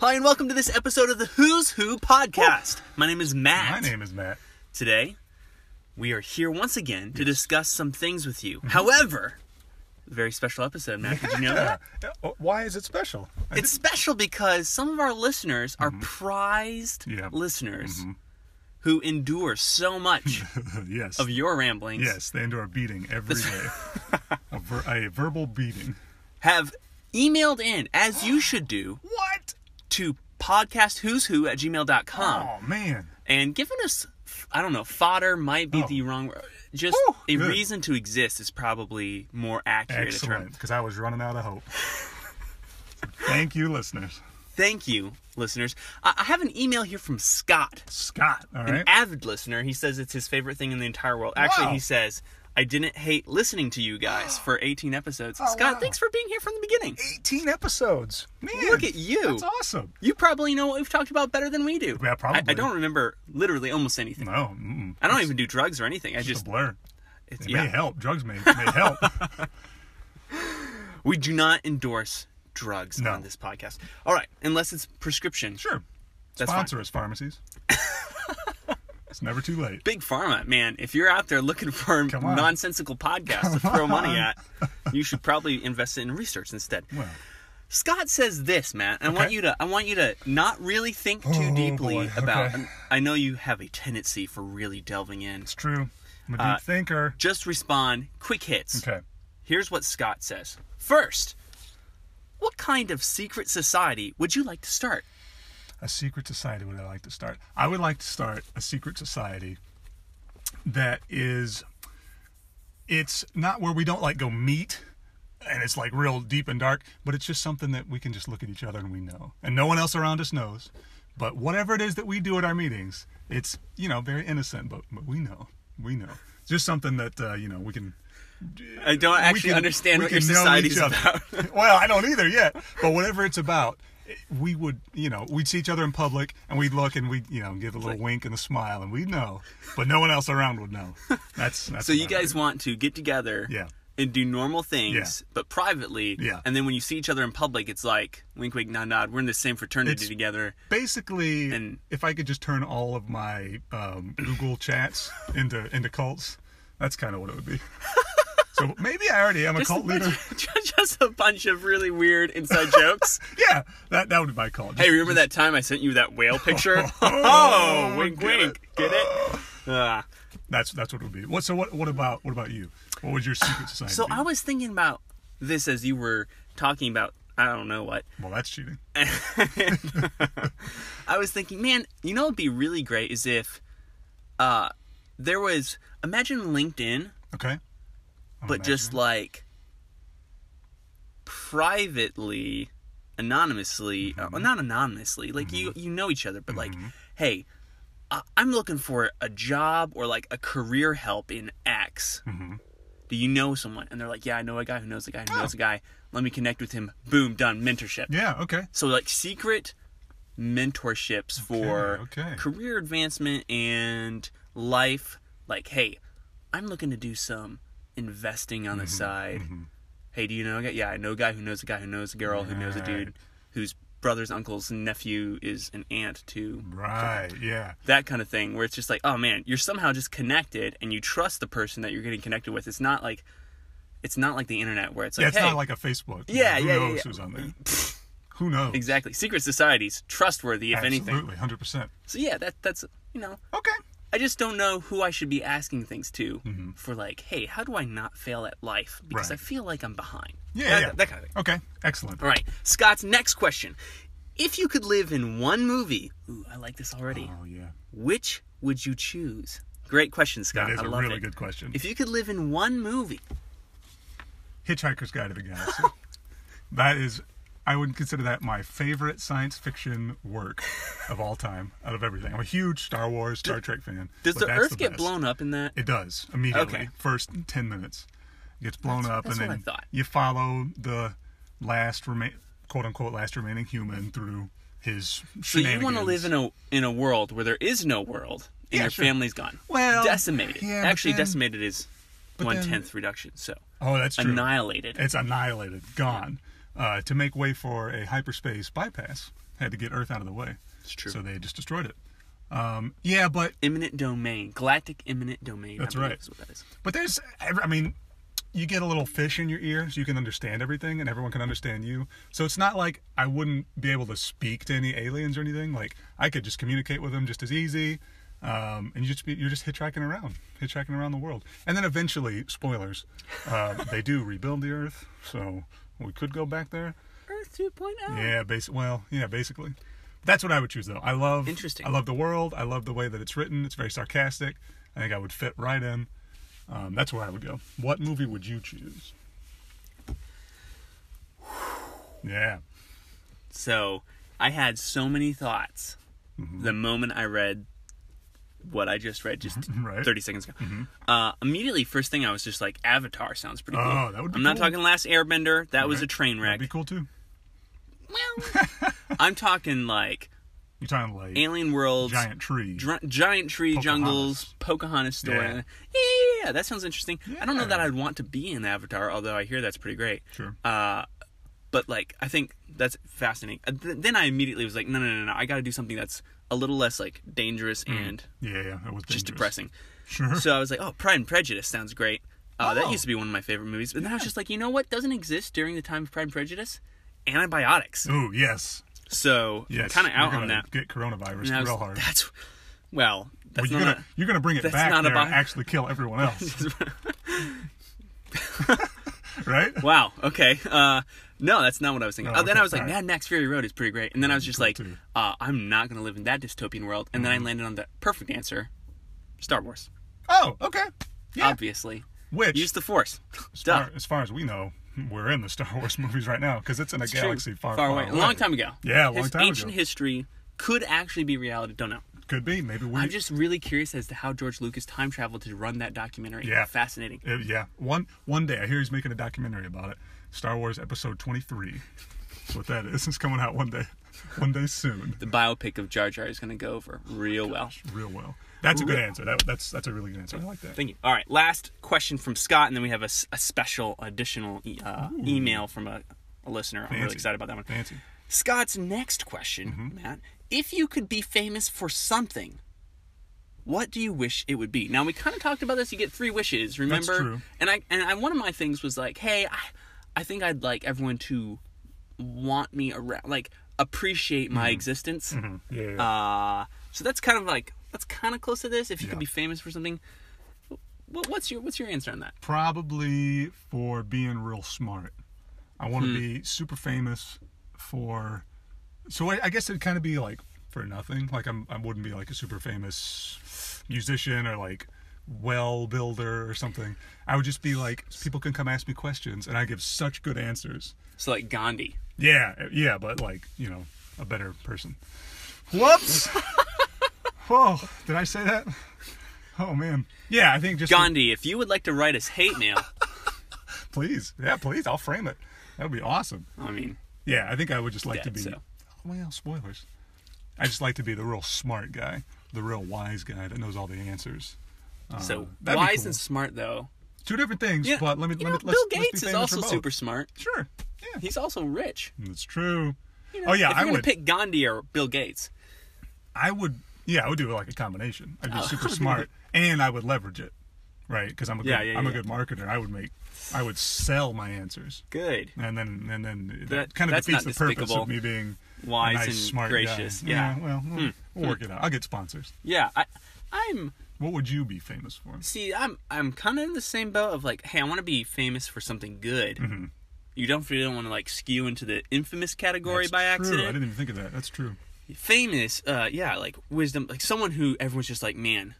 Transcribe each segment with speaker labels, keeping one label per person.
Speaker 1: everybody, and welcome to this episode of the Who's Who podcast. My name is Matt.
Speaker 2: Oh. My name is Matt.
Speaker 1: Today, we are here once again to discuss some things with
Speaker 2: Mm-hmm.
Speaker 1: you. However, a very special episode, Matt. Did you know that?
Speaker 2: Uh, Why is it special? I
Speaker 1: It's special because some of our listeners
Speaker 2: Mm-hmm.
Speaker 1: are prized
Speaker 2: Yeah.
Speaker 1: listeners
Speaker 2: Mm-hmm.
Speaker 1: who endure so much
Speaker 2: didn't- yes.
Speaker 1: of your ramblings,
Speaker 2: yes, they endure a beating every day. a, ver- a verbal beating.
Speaker 1: have emailed in, as you should do,
Speaker 2: What?
Speaker 1: to podcastwho'swho at gmail.com.
Speaker 2: Oh, man.
Speaker 1: and giving us I don't know, fodder might be
Speaker 2: Oh.
Speaker 1: the wrong word. Just
Speaker 2: Whew,
Speaker 1: a
Speaker 2: good.
Speaker 1: reason to exist is probably more accurate a term.
Speaker 2: Excellent, because I was running out of hope. Thank you, listeners.
Speaker 1: Thank you, listeners. I, I have an email here from Scott,
Speaker 2: Scott, all
Speaker 1: an
Speaker 2: right?
Speaker 1: avid listener. He says it's his favorite thing in the entire world. Actually,
Speaker 2: Wow.
Speaker 1: he says, I didn't hate listening to you guys for 18 episodes.
Speaker 2: Oh,
Speaker 1: Scott,
Speaker 2: wow.
Speaker 1: thanks for being here from the beginning.
Speaker 2: 18 episodes. Man,
Speaker 1: Look at you.
Speaker 2: That's awesome.
Speaker 1: You probably know what we've talked about better than we do.
Speaker 2: Yeah,
Speaker 1: I, I
Speaker 2: probably.
Speaker 1: don't remember literally almost anything.
Speaker 2: No, mm,
Speaker 1: I don't even do drugs or anything. I
Speaker 2: just
Speaker 1: just,
Speaker 2: a blur.
Speaker 1: it's,
Speaker 2: It
Speaker 1: yeah.
Speaker 2: may help. Drugs may, may help.
Speaker 1: We do not endorse drugs
Speaker 2: No.
Speaker 1: on this podcast. All right, unless it's prescription.
Speaker 2: Sure.
Speaker 1: That's fine.
Speaker 2: Sponsor us, pharmacies. it's never too late.
Speaker 1: Big Pharma, man, if you're out there looking for
Speaker 2: Come on.
Speaker 1: nonsensical podcasts to throw money at, you should probably invest it in research instead.
Speaker 2: Well,
Speaker 1: Scott says this, Matt. and I want
Speaker 2: Okay.
Speaker 1: you to I want you to not really think too
Speaker 2: Oh,
Speaker 1: deeply
Speaker 2: boy,
Speaker 1: about
Speaker 2: okay.
Speaker 1: and I know you have a tendency for really delving in.
Speaker 2: it's true. I'm a deep
Speaker 1: Uh,
Speaker 2: thinker.
Speaker 1: Just respond quick hits.
Speaker 2: Okay.
Speaker 1: Here's what Scott says. First, what kind of secret society would you like to start?
Speaker 2: A secret society would I like to start? I would like to start a secret society that is it's not where we don't like go meet and it's like real deep and dark, but it's just something that we can just look at each other and we know. And no one else around us knows. But whatever it is that we do at our meetings, it's, you know, very innocent, but, but we know. We know. Just something that, uh, you know, we can
Speaker 1: I don't
Speaker 2: we
Speaker 1: actually
Speaker 2: can-
Speaker 1: understand
Speaker 2: we
Speaker 1: what your
Speaker 2: can know
Speaker 1: society's
Speaker 2: each other.
Speaker 1: about.
Speaker 2: well, I don't either yet. But whatever it's about, it- we would, you know, we'd see each other in public and we'd look and we'd, you know, give a little wink and a smile and we'd know. But no one else around would know. That's, that's
Speaker 1: So you
Speaker 2: what I
Speaker 1: guys want to get together
Speaker 2: Yeah.
Speaker 1: and do normal things,
Speaker 2: Yeah.
Speaker 1: but privately.
Speaker 2: Yeah.
Speaker 1: And then when you see each other in public, it's like wink, wink, nod, nod. We're in the same fraternity
Speaker 2: It's-
Speaker 1: together.
Speaker 2: would- Basically,
Speaker 1: And-
Speaker 2: if I could just turn all of my um, Google chats into into cults, that's kind of what it would be. So maybe I already am a
Speaker 1: Just a,
Speaker 2: cult
Speaker 1: bunch
Speaker 2: leader.
Speaker 1: of, just a bunch of really weird inside jokes.
Speaker 2: Yeah, that that would be my cult.
Speaker 1: hey, remember that time I sent you that whale picture? oh, wink,
Speaker 2: get Oh.
Speaker 1: wink. Get it? Ah.
Speaker 2: That's that's what it would be. What so what what about what about you? What would your secret society?
Speaker 1: So
Speaker 2: be?
Speaker 1: I was thinking about this as you were talking about I don't know what.
Speaker 2: well, that's cheating.
Speaker 1: I was thinking, man, you know, it'd be really great is if uh, there was imagine LinkedIn
Speaker 2: Okay. I'm
Speaker 1: but just
Speaker 2: imagining.
Speaker 1: like privately anonymously uh, not anonymously like you you know each other but like hey I- i'm looking for a job or like a career help in x do you know someone and they're like yeah i know a guy who knows a guy who knows a guy let me connect with him boom done mentorship
Speaker 2: yeah. Okay.
Speaker 1: so like secret mentorships for
Speaker 2: okay.
Speaker 1: career advancement and life. Like, hey, I'm looking to do some investing on the
Speaker 2: Mm-hmm,
Speaker 1: side. Hey, do you know a guy? Yeah, I know a guy who knows a guy who knows a girl who knows a dude
Speaker 2: Right.
Speaker 1: whose brother's uncle's nephew is an aunt to
Speaker 2: Mm-hmm. Right. Yeah.
Speaker 1: that kind of thing where it's just like, oh man, you're somehow just connected and you trust the person that you're getting connected with. It's not like it's not like the internet where it's like,
Speaker 2: yeah. It's
Speaker 1: hey,
Speaker 2: not like a Facebook.
Speaker 1: Yeah,
Speaker 2: Who
Speaker 1: yeah, yeah,
Speaker 2: knows
Speaker 1: yeah.
Speaker 2: who's on there? Who knows?
Speaker 1: exactly. Secret societies, trustworthy if anything.
Speaker 2: Absolutely. Hundred percent.
Speaker 1: So yeah, that that's you know,
Speaker 2: Okay.
Speaker 1: I just don't know who I should be asking things to for like, hey, how do I not fail at life? Because
Speaker 2: Mm-hmm. Right.
Speaker 1: I feel like I'm behind.
Speaker 2: Yeah.
Speaker 1: that,
Speaker 2: yeah.
Speaker 1: that kind of thing.
Speaker 2: Okay. Excellent.
Speaker 1: All right, Scott's next question: If you could live in one movie, ooh, I like this already.
Speaker 2: Oh yeah.
Speaker 1: Which would you choose? Great question, Scott.
Speaker 2: That is
Speaker 1: I
Speaker 2: a
Speaker 1: love
Speaker 2: really
Speaker 1: it.
Speaker 2: good question.
Speaker 1: If you could live in one movie,
Speaker 2: Hitchhiker's Guide to the Galaxy. that is, I would consider that my favorite science fiction work of all time, out of everything. I'm a huge Star Wars, Star Trek fan.
Speaker 1: does
Speaker 2: but
Speaker 1: the
Speaker 2: that's
Speaker 1: Earth get
Speaker 2: best.
Speaker 1: blown up in that?
Speaker 2: It does immediately.
Speaker 1: Okay.
Speaker 2: First ten minutes, it gets blown up,
Speaker 1: that's
Speaker 2: and
Speaker 1: what I
Speaker 2: then
Speaker 1: thought.
Speaker 2: you follow the last remain, quote unquote, last remaining human through his.
Speaker 1: so you want to live in a in a world where there is no world and
Speaker 2: Yeah,
Speaker 1: your
Speaker 2: sure.
Speaker 1: family's gone,
Speaker 2: Well,
Speaker 1: decimated.
Speaker 2: yeah, but
Speaker 1: Actually,
Speaker 2: then-
Speaker 1: decimated is
Speaker 2: but
Speaker 1: one
Speaker 2: then-
Speaker 1: tenth reduction. So
Speaker 2: Oh, that's true.
Speaker 1: annihilated.
Speaker 2: It's annihilated, gone, uh, to make way for a hyperspace bypass. had to get Earth out of the way.
Speaker 1: It's true.
Speaker 2: So they just destroyed it. Um, yeah, but
Speaker 1: Imminent domain, galactic imminent domain. I
Speaker 2: That's
Speaker 1: believe
Speaker 2: right.
Speaker 1: Is what that is.
Speaker 2: but there's every- I mean, you get a little fish in your ear, so you can understand everything, and everyone can understand you. So it's not like I wouldn't be able to speak to any aliens or anything. Like I could just communicate with them just as easy. Um, and you just be, you're just hitchhiking around, hitchhiking around the world, and then eventually, spoilers, uh, they do rebuild the Earth, so we could go back there.
Speaker 1: Earth 2.0.
Speaker 2: Yeah, basic. Well, yeah, basically. That's what I would choose, though. I love.
Speaker 1: Interesting.
Speaker 2: I love the world. I love the way that it's written. It's very sarcastic. I think I would fit right in. Um, that's where I would go. What movie would you choose? Yeah.
Speaker 1: So I had so many thoughts
Speaker 2: Mm-hmm.
Speaker 1: the moment I read what I just read just
Speaker 2: Mm-hmm. Right.
Speaker 1: 30 seconds ago. Uh, immediately, first thing I was just like, Avatar sounds pretty cool.
Speaker 2: Oh, that would be
Speaker 1: I'm not
Speaker 2: cool.
Speaker 1: talking Last Airbender. That was
Speaker 2: Right.
Speaker 1: a train
Speaker 2: That'd
Speaker 1: wreck.
Speaker 2: be cool too.
Speaker 1: Well, I'm talking like
Speaker 2: You're talking like
Speaker 1: Alien Worlds,
Speaker 2: giant tree.
Speaker 1: dr- giant tree
Speaker 2: Pocahontas.
Speaker 1: jungles, Pocahontas story.
Speaker 2: Yeah.
Speaker 1: Yeah. yeah, yeah, that sounds interesting. I don't know that
Speaker 2: Yeah.
Speaker 1: I'd want to be in Avatar, although I hear that's pretty great.
Speaker 2: Sure.
Speaker 1: Uh, but like, I think that's fascinating. Uh, th- then I immediately was like, no, no, no, no, I got to do something that's a little less like dangerous and
Speaker 2: yeah, yeah. That
Speaker 1: just
Speaker 2: was Mm. dangerous.
Speaker 1: depressing.
Speaker 2: Sure.
Speaker 1: So I was like, oh, Pride and Prejudice sounds great. Uh,
Speaker 2: Oh.
Speaker 1: That used to be one of my favorite movies. But then I was just like, you know what doesn't exist during the time of Pride and Prejudice? Antibiotics.
Speaker 2: Oh yes,
Speaker 1: So
Speaker 2: yes.
Speaker 1: kind of out
Speaker 2: You're
Speaker 1: on
Speaker 2: gonna
Speaker 1: that.
Speaker 2: Get coronavirus
Speaker 1: And I was-
Speaker 2: real hard.
Speaker 1: That's well,
Speaker 2: Well,
Speaker 1: that's
Speaker 2: you're
Speaker 1: not.
Speaker 2: gonna you're gonna bring it
Speaker 1: that's
Speaker 2: back
Speaker 1: not a
Speaker 2: there and
Speaker 1: bi-
Speaker 2: actually kill everyone else, right?
Speaker 1: wow. Okay. Uh, no, that's not what I was thinking.
Speaker 2: No,
Speaker 1: Oh, then
Speaker 2: okay,
Speaker 1: I was like,
Speaker 2: alright.
Speaker 1: Mad Max Fury Road is pretty great, and then I was just
Speaker 2: cool
Speaker 1: like,
Speaker 2: too.
Speaker 1: uh, I'm not gonna live in that dystopian world, and
Speaker 2: Mm-hmm.
Speaker 1: then I landed on the perfect answer, Star Wars.
Speaker 2: Oh, okay. Yeah.
Speaker 1: Obviously,
Speaker 2: Which
Speaker 1: use the Force.
Speaker 2: as
Speaker 1: Duh.
Speaker 2: far, as far as we know, we're in the Star Wars movies right now because it's in a
Speaker 1: It's true.
Speaker 2: galaxy far, far away.
Speaker 1: A long time ago.
Speaker 2: Yeah, a long
Speaker 1: His-
Speaker 2: time ago.
Speaker 1: Ancient history could actually be reality. Don't know.
Speaker 2: Could be. Maybe we.
Speaker 1: I'm just really curious as to how George Lucas time traveled to run that documentary.
Speaker 2: Yeah.
Speaker 1: Fascinating.
Speaker 2: Uh, yeah. One one day, I hear he's making a documentary about it. Star Wars Episode 23. That's what that is. It's coming out one day. One day soon.
Speaker 1: The biopic of Jar Jar is going to go over
Speaker 2: Oh
Speaker 1: real well.
Speaker 2: Real well. That's a good answer. That, that's that's a really good answer. I like that.
Speaker 1: Thank you. All right, last question from Scott, and then we have a, s- a special additional e- uh, email from a, a listener. I'm
Speaker 2: Fancy.
Speaker 1: really excited about that one.
Speaker 2: Fancy. Mm-hmm.
Speaker 1: Scott's next question, Matt: If you could be famous for something, what do you wish it would be? Now we kind of talked about this. You get three wishes, remember?
Speaker 2: true.
Speaker 1: And I and I, one of my things was like, hey, I, I think I'd like everyone to want me around, like appreciate my
Speaker 2: Mm-hmm.
Speaker 1: existence.
Speaker 2: Yeah.
Speaker 1: Uh, so that's kind of like that's kind of close to this. If you
Speaker 2: Yeah.
Speaker 1: could be famous for something, what, what's your what's your answer on that?
Speaker 2: Probably for being real smart. I want to be super famous for. So I, I guess it'd kind of be like for nothing. Like I'm, I wouldn't be like a super famous musician or like well builder or something. I would just be like people can come ask me questions and I give such good answers.
Speaker 1: So like Gandhi.
Speaker 2: Yeah, yeah, but like you know a better person. Whoops. Whoa! Did I say that? Oh man. Yeah, I think just
Speaker 1: Gandhi, if you would like to write us hate mail,
Speaker 2: please. Yeah, please. I'll frame it. That would be awesome.
Speaker 1: I mean,
Speaker 2: Yeah, I think I would just like to
Speaker 1: Dead,
Speaker 2: be. Oh,
Speaker 1: so.
Speaker 2: Well, spoilers. I just like to be the real smart guy, the real wise guy that knows all the answers.
Speaker 1: so
Speaker 2: Uh, that'd be
Speaker 1: wise
Speaker 2: cool.
Speaker 1: and smart though.
Speaker 2: Two different things,
Speaker 1: You know-
Speaker 2: but let me
Speaker 1: you
Speaker 2: let
Speaker 1: know,
Speaker 2: me. let's,
Speaker 1: Bill
Speaker 2: let's
Speaker 1: Gates
Speaker 2: be
Speaker 1: is
Speaker 2: famous
Speaker 1: also
Speaker 2: for both.
Speaker 1: super smart.
Speaker 2: Sure. Yeah,
Speaker 1: He's also rich.
Speaker 2: that's true.
Speaker 1: You
Speaker 2: oh yeah,
Speaker 1: if you're
Speaker 2: I
Speaker 1: gonna
Speaker 2: would.
Speaker 1: pick Gandhi or Bill Gates.
Speaker 2: I would. Yeah, I would do like a combination. I'd be
Speaker 1: Oh,
Speaker 2: super smart, and I would leverage it, right? Because I'm a good,
Speaker 1: Yeah, yeah,
Speaker 2: I'm a
Speaker 1: yeah.
Speaker 2: good marketer. I would make, I would sell my answers,
Speaker 1: Good,
Speaker 2: and then and then that,
Speaker 1: That-
Speaker 2: kind of
Speaker 1: that's
Speaker 2: defeats the
Speaker 1: not
Speaker 2: purpose
Speaker 1: despicable.
Speaker 2: of me being a
Speaker 1: wise
Speaker 2: nice,
Speaker 1: and
Speaker 2: smart guy.
Speaker 1: gracious. Yeah, Hmm.
Speaker 2: well, we'll, we'll work it out. I'll get sponsors.
Speaker 1: yeah. I, I'm
Speaker 2: What would you be famous for?
Speaker 1: see. I'm I'm kind of in the same boat of like, hey, I want to be famous for something good.
Speaker 2: Mm-hmm.
Speaker 1: You don't you don't want to like skew into the infamous category
Speaker 2: That's
Speaker 1: by
Speaker 2: true. I
Speaker 1: accident.
Speaker 2: didn't even think of that. That's true.
Speaker 1: famous uh yeah like wisdom like someone who everyone's just like man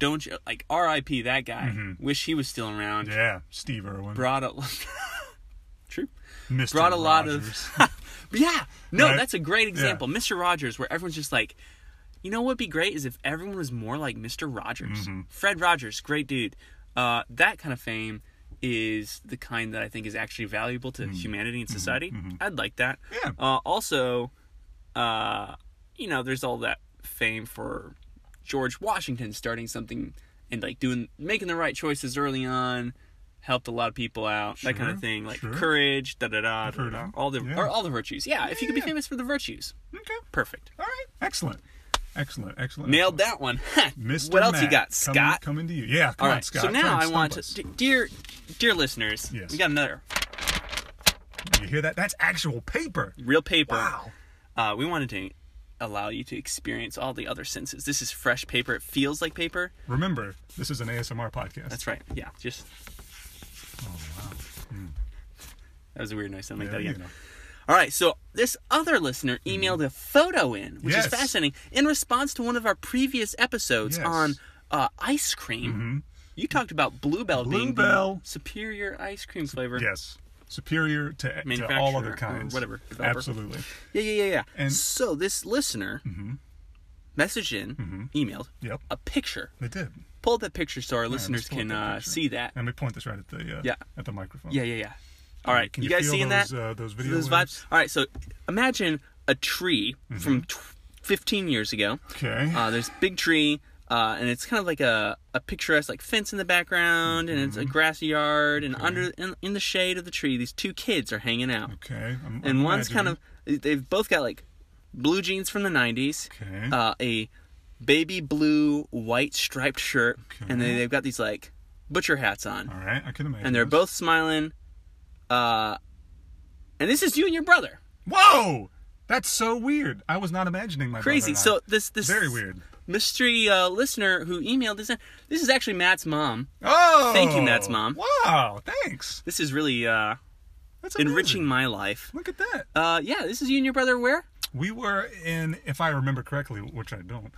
Speaker 1: don't you like rip that guy wish he was still around
Speaker 2: Mm-hmm. Yeah, Steve Irwin.
Speaker 1: brought a true
Speaker 2: Mr.
Speaker 1: brought a lot of-
Speaker 2: Rogers.
Speaker 1: But yeah no
Speaker 2: Right?
Speaker 1: that's a great example mr rogers where everyone's just like you know what'd be great is if everyone was more like mr rogers
Speaker 2: Mm-hmm.
Speaker 1: fred rogers great dude uh that kind of fame is the kind that i think is actually valuable to humanity and society i'd like that
Speaker 2: Mm-hmm. Yeah.
Speaker 1: uh also uh, you know, there's all that fame for George Washington starting something and like doing making the right choices early on, helped a lot of people out, that kind of
Speaker 2: Sure,
Speaker 1: thing, like
Speaker 2: sure.
Speaker 1: courage, da da da, da,
Speaker 2: heard
Speaker 1: da,
Speaker 2: of-
Speaker 1: all the
Speaker 2: yeah.
Speaker 1: or all the virtues. Yeah, if you could be
Speaker 2: Yeah.
Speaker 1: famous for the virtues,
Speaker 2: Okay.
Speaker 1: perfect.
Speaker 2: All right. Excellent. Excellent. Excellent.
Speaker 1: Nailed that one. Ha!
Speaker 2: Mr.
Speaker 1: What else you got,
Speaker 2: Matt, coming-
Speaker 1: Scott?
Speaker 2: Coming to you. Yeah, come
Speaker 1: all
Speaker 2: on,
Speaker 1: right.
Speaker 2: Scott.
Speaker 1: so
Speaker 2: Try
Speaker 1: now
Speaker 2: and
Speaker 1: I want
Speaker 2: stump us.
Speaker 1: to, d- dear, dear listeners,
Speaker 2: Yes.
Speaker 1: we got another
Speaker 2: You hear that? That's actual paper.
Speaker 1: real paper.
Speaker 2: Wow.
Speaker 1: Uh, we wanted to allow you to experience all the other senses. This is fresh paper. It feels like paper.
Speaker 2: Remember, this is an ASMR podcast.
Speaker 1: That's right. Yeah. Just.
Speaker 2: Oh,
Speaker 1: That was a weird noise. Don't make
Speaker 2: Yeah,
Speaker 1: that
Speaker 2: Hmm. you
Speaker 1: again.
Speaker 2: know.
Speaker 1: All right. So this other listener emailed a photo in, which
Speaker 2: Yes.
Speaker 1: is fascinating, in response to one of our previous episodes
Speaker 2: Yes. Mm-hmm.
Speaker 1: on uh, ice cream. You talked about Bluebell, being the
Speaker 2: Bluebell.
Speaker 1: superior ice cream flavor.
Speaker 2: Yes. Superior to, to all
Speaker 1: Manufacturer
Speaker 2: other
Speaker 1: or
Speaker 2: kinds.
Speaker 1: whatever, developer.
Speaker 2: Absolutely.
Speaker 1: Yeah, yeah, yeah, yeah.
Speaker 2: And- Mm-hmm.
Speaker 1: so this listener messaged in, emailed
Speaker 2: Yep.
Speaker 1: a picture.
Speaker 2: They did.
Speaker 1: Pull up that picture so our listeners
Speaker 2: pull up
Speaker 1: can
Speaker 2: that
Speaker 1: uh,
Speaker 2: picture.
Speaker 1: see that.
Speaker 2: Let me point this right at the uh,
Speaker 1: Yeah.
Speaker 2: at the microphone.
Speaker 1: Yeah, yeah, yeah. All right,
Speaker 2: Can
Speaker 1: you,
Speaker 2: you,
Speaker 1: guys
Speaker 2: feel
Speaker 1: seeing
Speaker 2: those,
Speaker 1: that?
Speaker 2: Uh, those video
Speaker 1: those
Speaker 2: waves?
Speaker 1: vibes. All right, so imagine a tree
Speaker 2: Mm-hmm.
Speaker 1: from t- 15 years ago.
Speaker 2: Okay.
Speaker 1: Uh, there's a big tree, uh, and it's kind of like a, a picturesque like fence in the background, and
Speaker 2: Mm-hmm.
Speaker 1: it's a grassy yard, and under in, in the shade of the tree, these two kids are hanging out,
Speaker 2: okay. I'm,
Speaker 1: and
Speaker 2: I'm
Speaker 1: one's kind of
Speaker 2: imagining.
Speaker 1: they've both got like blue jeans from the 90s,
Speaker 2: Okay.
Speaker 1: uh, a baby blue white striped shirt, and they,
Speaker 2: Okay. Oh,
Speaker 1: they've got these like butcher hats on
Speaker 2: all right. I can imagine.
Speaker 1: and they're
Speaker 2: this.
Speaker 1: both smiling. Uh, and this is you and your brother.
Speaker 2: Whoa! That's so weird. I was not imagining my
Speaker 1: Crazy.
Speaker 2: brother and
Speaker 1: So this
Speaker 2: I.
Speaker 1: this
Speaker 2: very weird.
Speaker 1: mystery uh, listener who emailed this. in- This is actually Matt's mom.
Speaker 2: Oh.
Speaker 1: Thank you, Matt's mom.
Speaker 2: Wow. Thanks.
Speaker 1: This is really uh,
Speaker 2: That's
Speaker 1: enriching
Speaker 2: amazing.
Speaker 1: my life.
Speaker 2: Look at that.
Speaker 1: Uh, yeah, this is you and your brother. Where?
Speaker 2: We were in, if I remember correctly, which I don't,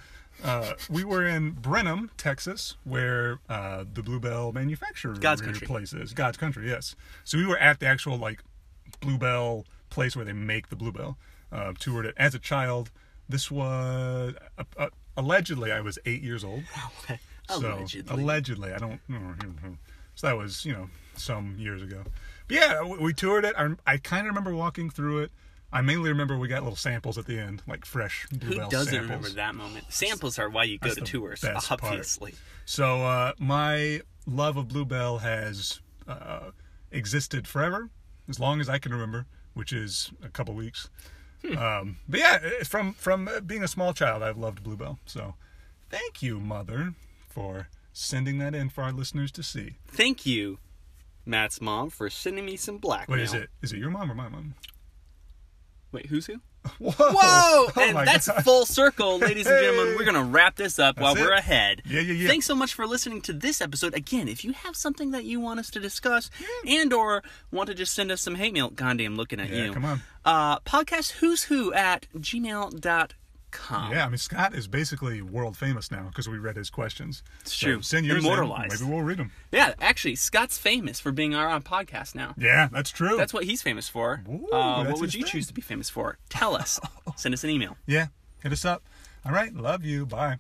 Speaker 2: uh, we were in Brenham, Texas, where uh, the Bluebell manufacturer
Speaker 1: God's country.
Speaker 2: place is. God's country, yes. So we were at the actual like Bluebell place where they make the Bluebell. Uh, toured it as a child. This was uh, uh, allegedly I was eight years old. So,
Speaker 1: Allegedly.
Speaker 2: allegedly, I don't. So that was you know some years ago. But yeah, we, we toured it. I, I kind of remember walking through it. I mainly remember we got little samples at the end, like fresh
Speaker 1: who
Speaker 2: bluebell
Speaker 1: doesn't
Speaker 2: samples.
Speaker 1: remember that moment? Samples are why you go
Speaker 2: That's
Speaker 1: to
Speaker 2: the
Speaker 1: tours,
Speaker 2: best part.
Speaker 1: obviously.
Speaker 2: So uh, my love of bluebell has uh, existed forever, as long as I can remember, which is a couple weeks.
Speaker 1: Hmm.
Speaker 2: Um, but yeah, it- from from uh, being a small child, I've loved bluebell. So thank you, mother, for sending that in for our listeners to see.
Speaker 1: Thank you, Matt's mom, for sending me some blackmail.
Speaker 2: What is it? Is it your mom or my mom?
Speaker 1: Wait, who's who?
Speaker 2: Whoa!
Speaker 1: Whoa!
Speaker 2: Oh
Speaker 1: and
Speaker 2: my
Speaker 1: that's
Speaker 2: gosh.
Speaker 1: full circle, ladies and gentlemen.
Speaker 2: Hey.
Speaker 1: We're going to wrap this up while
Speaker 2: That's
Speaker 1: we're
Speaker 2: it.
Speaker 1: ahead.
Speaker 2: Yeah, yeah, yeah.
Speaker 1: Thanks so much for listening to this episode. Again, if you have something that you want us to discuss and or want to just send us some hate mail, goddamn looking at
Speaker 2: Yeah,
Speaker 1: you.
Speaker 2: come on.
Speaker 1: Uh, podcast who's who at gmail.com.
Speaker 2: Yeah, I mean Scott is basically world famous now because we read his questions. It's
Speaker 1: true.
Speaker 2: Send yours in.
Speaker 1: Immortalized.
Speaker 2: Maybe we'll read them.
Speaker 1: yeah, actually, Scott's famous for being our own podcast now.
Speaker 2: Yeah, that's true.
Speaker 1: That's what he's famous for.
Speaker 2: Ooh,
Speaker 1: uh, what
Speaker 2: that's
Speaker 1: would
Speaker 2: his
Speaker 1: you
Speaker 2: thing.
Speaker 1: choose to be famous for? Tell us. send us an email.
Speaker 2: yeah. Hit us up. All right. Love you. Bye.